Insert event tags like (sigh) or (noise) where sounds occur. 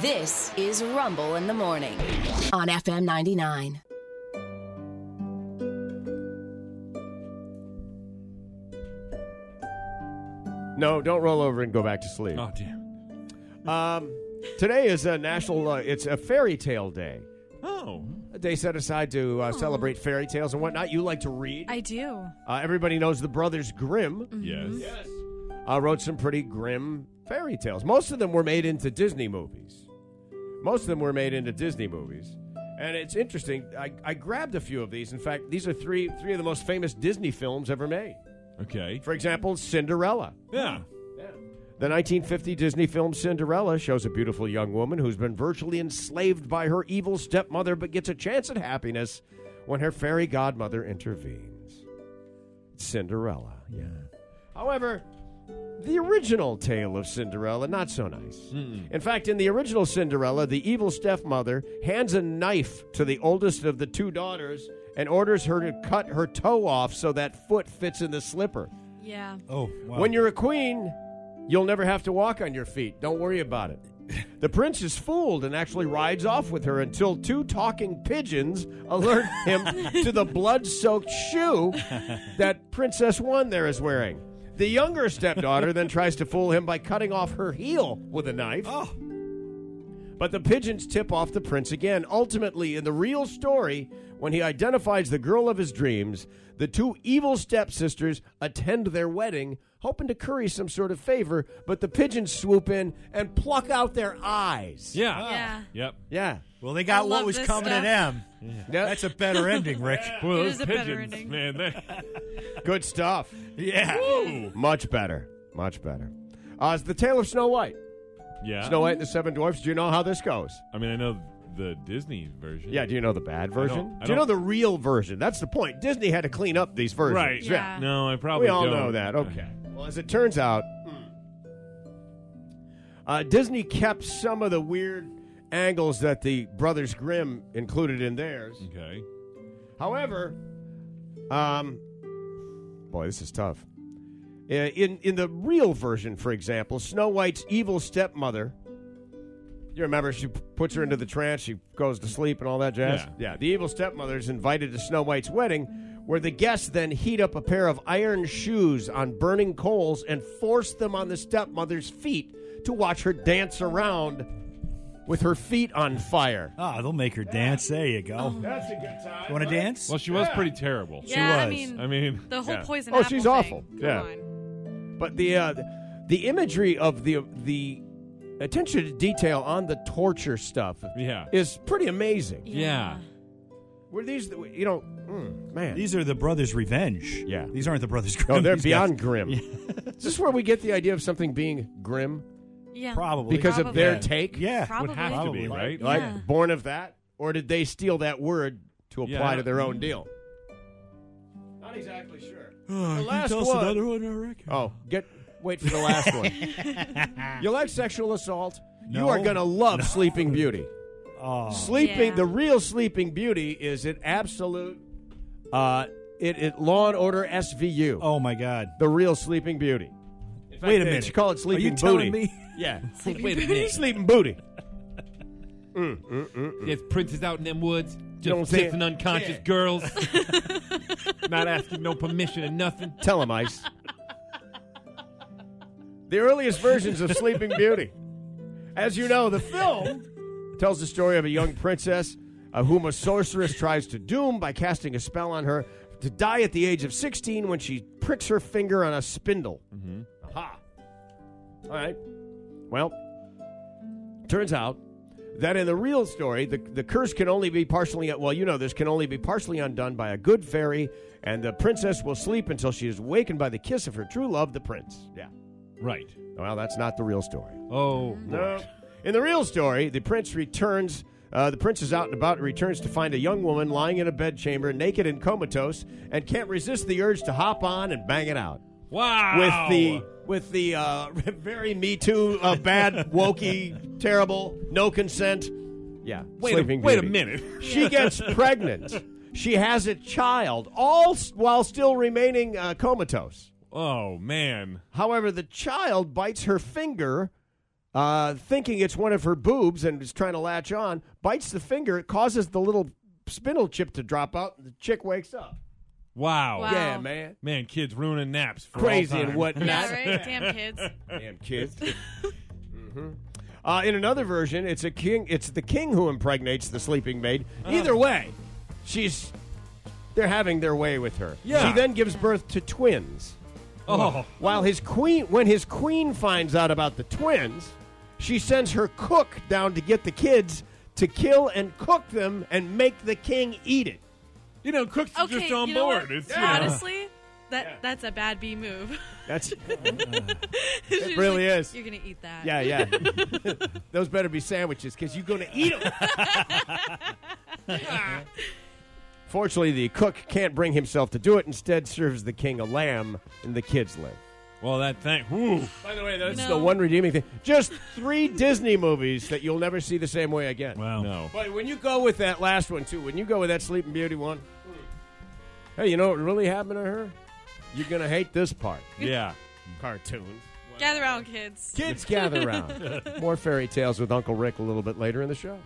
This is Rumble in the Morning on FM 99. No, don't roll over and go back to sleep. Oh damn. Um, today is a national. Uh, it's a fairy tale day. Oh. A day set aside to uh, celebrate fairy tales and whatnot. You like to read. I do. Uh, everybody knows the Brothers Grimm Mm-hmm. Yes. uh, wrote some pretty grim fairy tales. Most of them were made into Disney movies. Most of them were made into Disney movies. And it's interesting. I, I grabbed a few of these. In fact, these are three three of the most famous Disney films ever made. Okay. For example, Cinderella. Yeah. The 1950 Disney film Cinderella shows a beautiful young woman who's been virtually enslaved by her evil stepmother but gets a chance at happiness when her fairy godmother intervenes. Cinderella, yeah. However, the original tale of Cinderella, not so nice. In fact, in the original Cinderella, the evil stepmother hands a knife to the oldest of the two daughters and orders her to cut her toe off so that foot fits in the slipper. Yeah. Oh. Wow. When you're a queen, you'll never have to walk on your feet. Don't worry about it. The prince is fooled and actually rides off with her until two talking pigeons alert him to the blood soaked shoe that Princess One there is wearing. The younger stepdaughter then tries to fool him by cutting off her heel with a knife. Oh. But the pigeons tip off the prince again. Ultimately, in the real story, when he identifies the girl of his dreams, the two evil stepsisters attend their wedding, hoping to curry some sort of favor, but the pigeons swoop in and pluck out their eyes. Yeah. Yeah. Ah. Yep. Yeah. Well, they I got love what was this coming stuff. at them. Yeah. That's a better (laughs) ending, Rick. Well, It those is a better pigeons, ending. man. They, Good stuff. (laughs) yeah. Much better. Much better. Uh, it's the tale of Snow White. Uh-huh. yeah. Snow White and the Seven Dwarfs. Do you know how this goes? I mean, I know the Disney version. Yeah, do you know the bad version? I do you know don't- the real version? That's the point. Disney had to clean up these versions. Right. Yeah. No, I probably We all don't. know that. Okay. Well, as it turns out, uh, Disney kept some of the weird angles that the Brothers Grimm included in theirs. Okay. However, um, boy, this is tough. Uh, In in the real version, for example, Snow White's evil stepmother. You remember she p- puts her into the trance, she goes to sleep, and all that jazz. Yeah. the evil stepmother is invited to Snow White's wedding, where the guests then heat up a pair of iron shoes on burning coals and force them on the stepmother's feet to watch her dance around with her feet on fire. Ah, they'll make her dance. There you go. That's a good time. You want to dance? Well, she was pretty terrible. yeah. I was. mean, I mean, the whole yeah. poison. Oh, apple she's thing. awful. Come Yeah. on. But the uh, the imagery of the the attention to detail on the torture stuff Yeah. is pretty amazing. yeah. Were these the- you know mm, man? These are the brothers' revenge. Yeah. These aren't the brothers' Grimm. no, they're (laughs) These beyond guys- grim. is this where we get the idea of something being grim Yeah. Probably. because of Probably. their Yeah. take? Yeah. Probably. Would have to be Probably. right. like Yeah. born of that, or did they steal that word to Yeah, apply I to their don't- own deal? Not exactly (sighs) sure. Oh, the you last tell us one. another one, Rick? Oh, get wait for the last one. (laughs) you like sexual assault? You No. are gonna love Sleeping Beauty. (laughs) Oh. Sleeping, Yeah. the real Sleeping Beauty is an absolute. Uh, it, it Law and Order SVU. Oh, my God. The real Sleeping Beauty. In fact, Wait a they- minute. They call it Are Sleeping you Booty. telling me? (laughs) Yeah, Sleeping Beauty. Sleeping Booty. Yes, Prince is out in them woods, know what I'm just saying? kissing unconscious Yeah. girls, (laughs) not asking no permission or nothing. Tell him, Ice. the earliest versions of Sleeping Beauty. As you know, the film tells the story of a young princess uh, whom a sorceress tries to doom by casting a spell on her to die at the age of 16 when she pricks her finger on a spindle. Mm-hmm. Aha. All right. Well, turns out that in the real story, the, the curse can only be partially, well, you know this, can only be partially undone by a good fairy, and the princess will sleep until she is wakened by the kiss of her true love, the prince. Yeah. Right. Well, that's not the real story. Oh. No. In the real story, the prince returns. Uh, the prince is out and about and returns to find a young woman lying in a bedchamber, naked and comatose, and can't resist the urge to hop on and bang it out Wow. with the with the uh, (laughs) very Me Too, uh, bad, wokey, (laughs) terrible, no consent. Yeah, wait, a, Sleeping wait a Beauty. minute. She gets pregnant. She has a child, all s- while still remaining uh, comatose. Oh man. However, the child bites her finger uh, thinking it's one of her boobs and is trying to latch on, bites the finger, it causes the little spindle chip to drop out, and the chick wakes up. Wow. Wow. Yeah, man. Man, kids ruining naps. For all Crazy and time. whatnot. (laughs) Yeah, right? Damn kids. Damn kids. (laughs) Uh, in another version, it's a king. It's the king who impregnates the sleeping maid. Either way, she's they're having their way with her. Yeah. She then gives birth to twins. Oh, While his queen, when his queen finds out about the twins, she sends her cook down to get the kids to kill and cook them and make the king eat it. you know, cooks are Okay, just on you know board. what? It's Yeah. you know, Honestly, that that's a bad B move. (laughs) That's She's like, really is. You're gonna eat that. yeah, yeah. (laughs) Those better be sandwiches because you're going to eat them. (laughs) Fortunately, the cook can't bring himself to do it. Instead, serves the king a lamb, and the kids live. well that thing. Woo. By the way, that's You the know- one redeeming thing. Just three Disney movies that you'll never see the same way again. Wow. No. But when you go with that last one too, when you go with that Sleeping Beauty one, hey, you know what really happened to her? You're gonna hate this part. Yeah. Cartoons. Gather around, kids. Kids gather around. More fairy tales with Uncle Rick a little bit later in the show.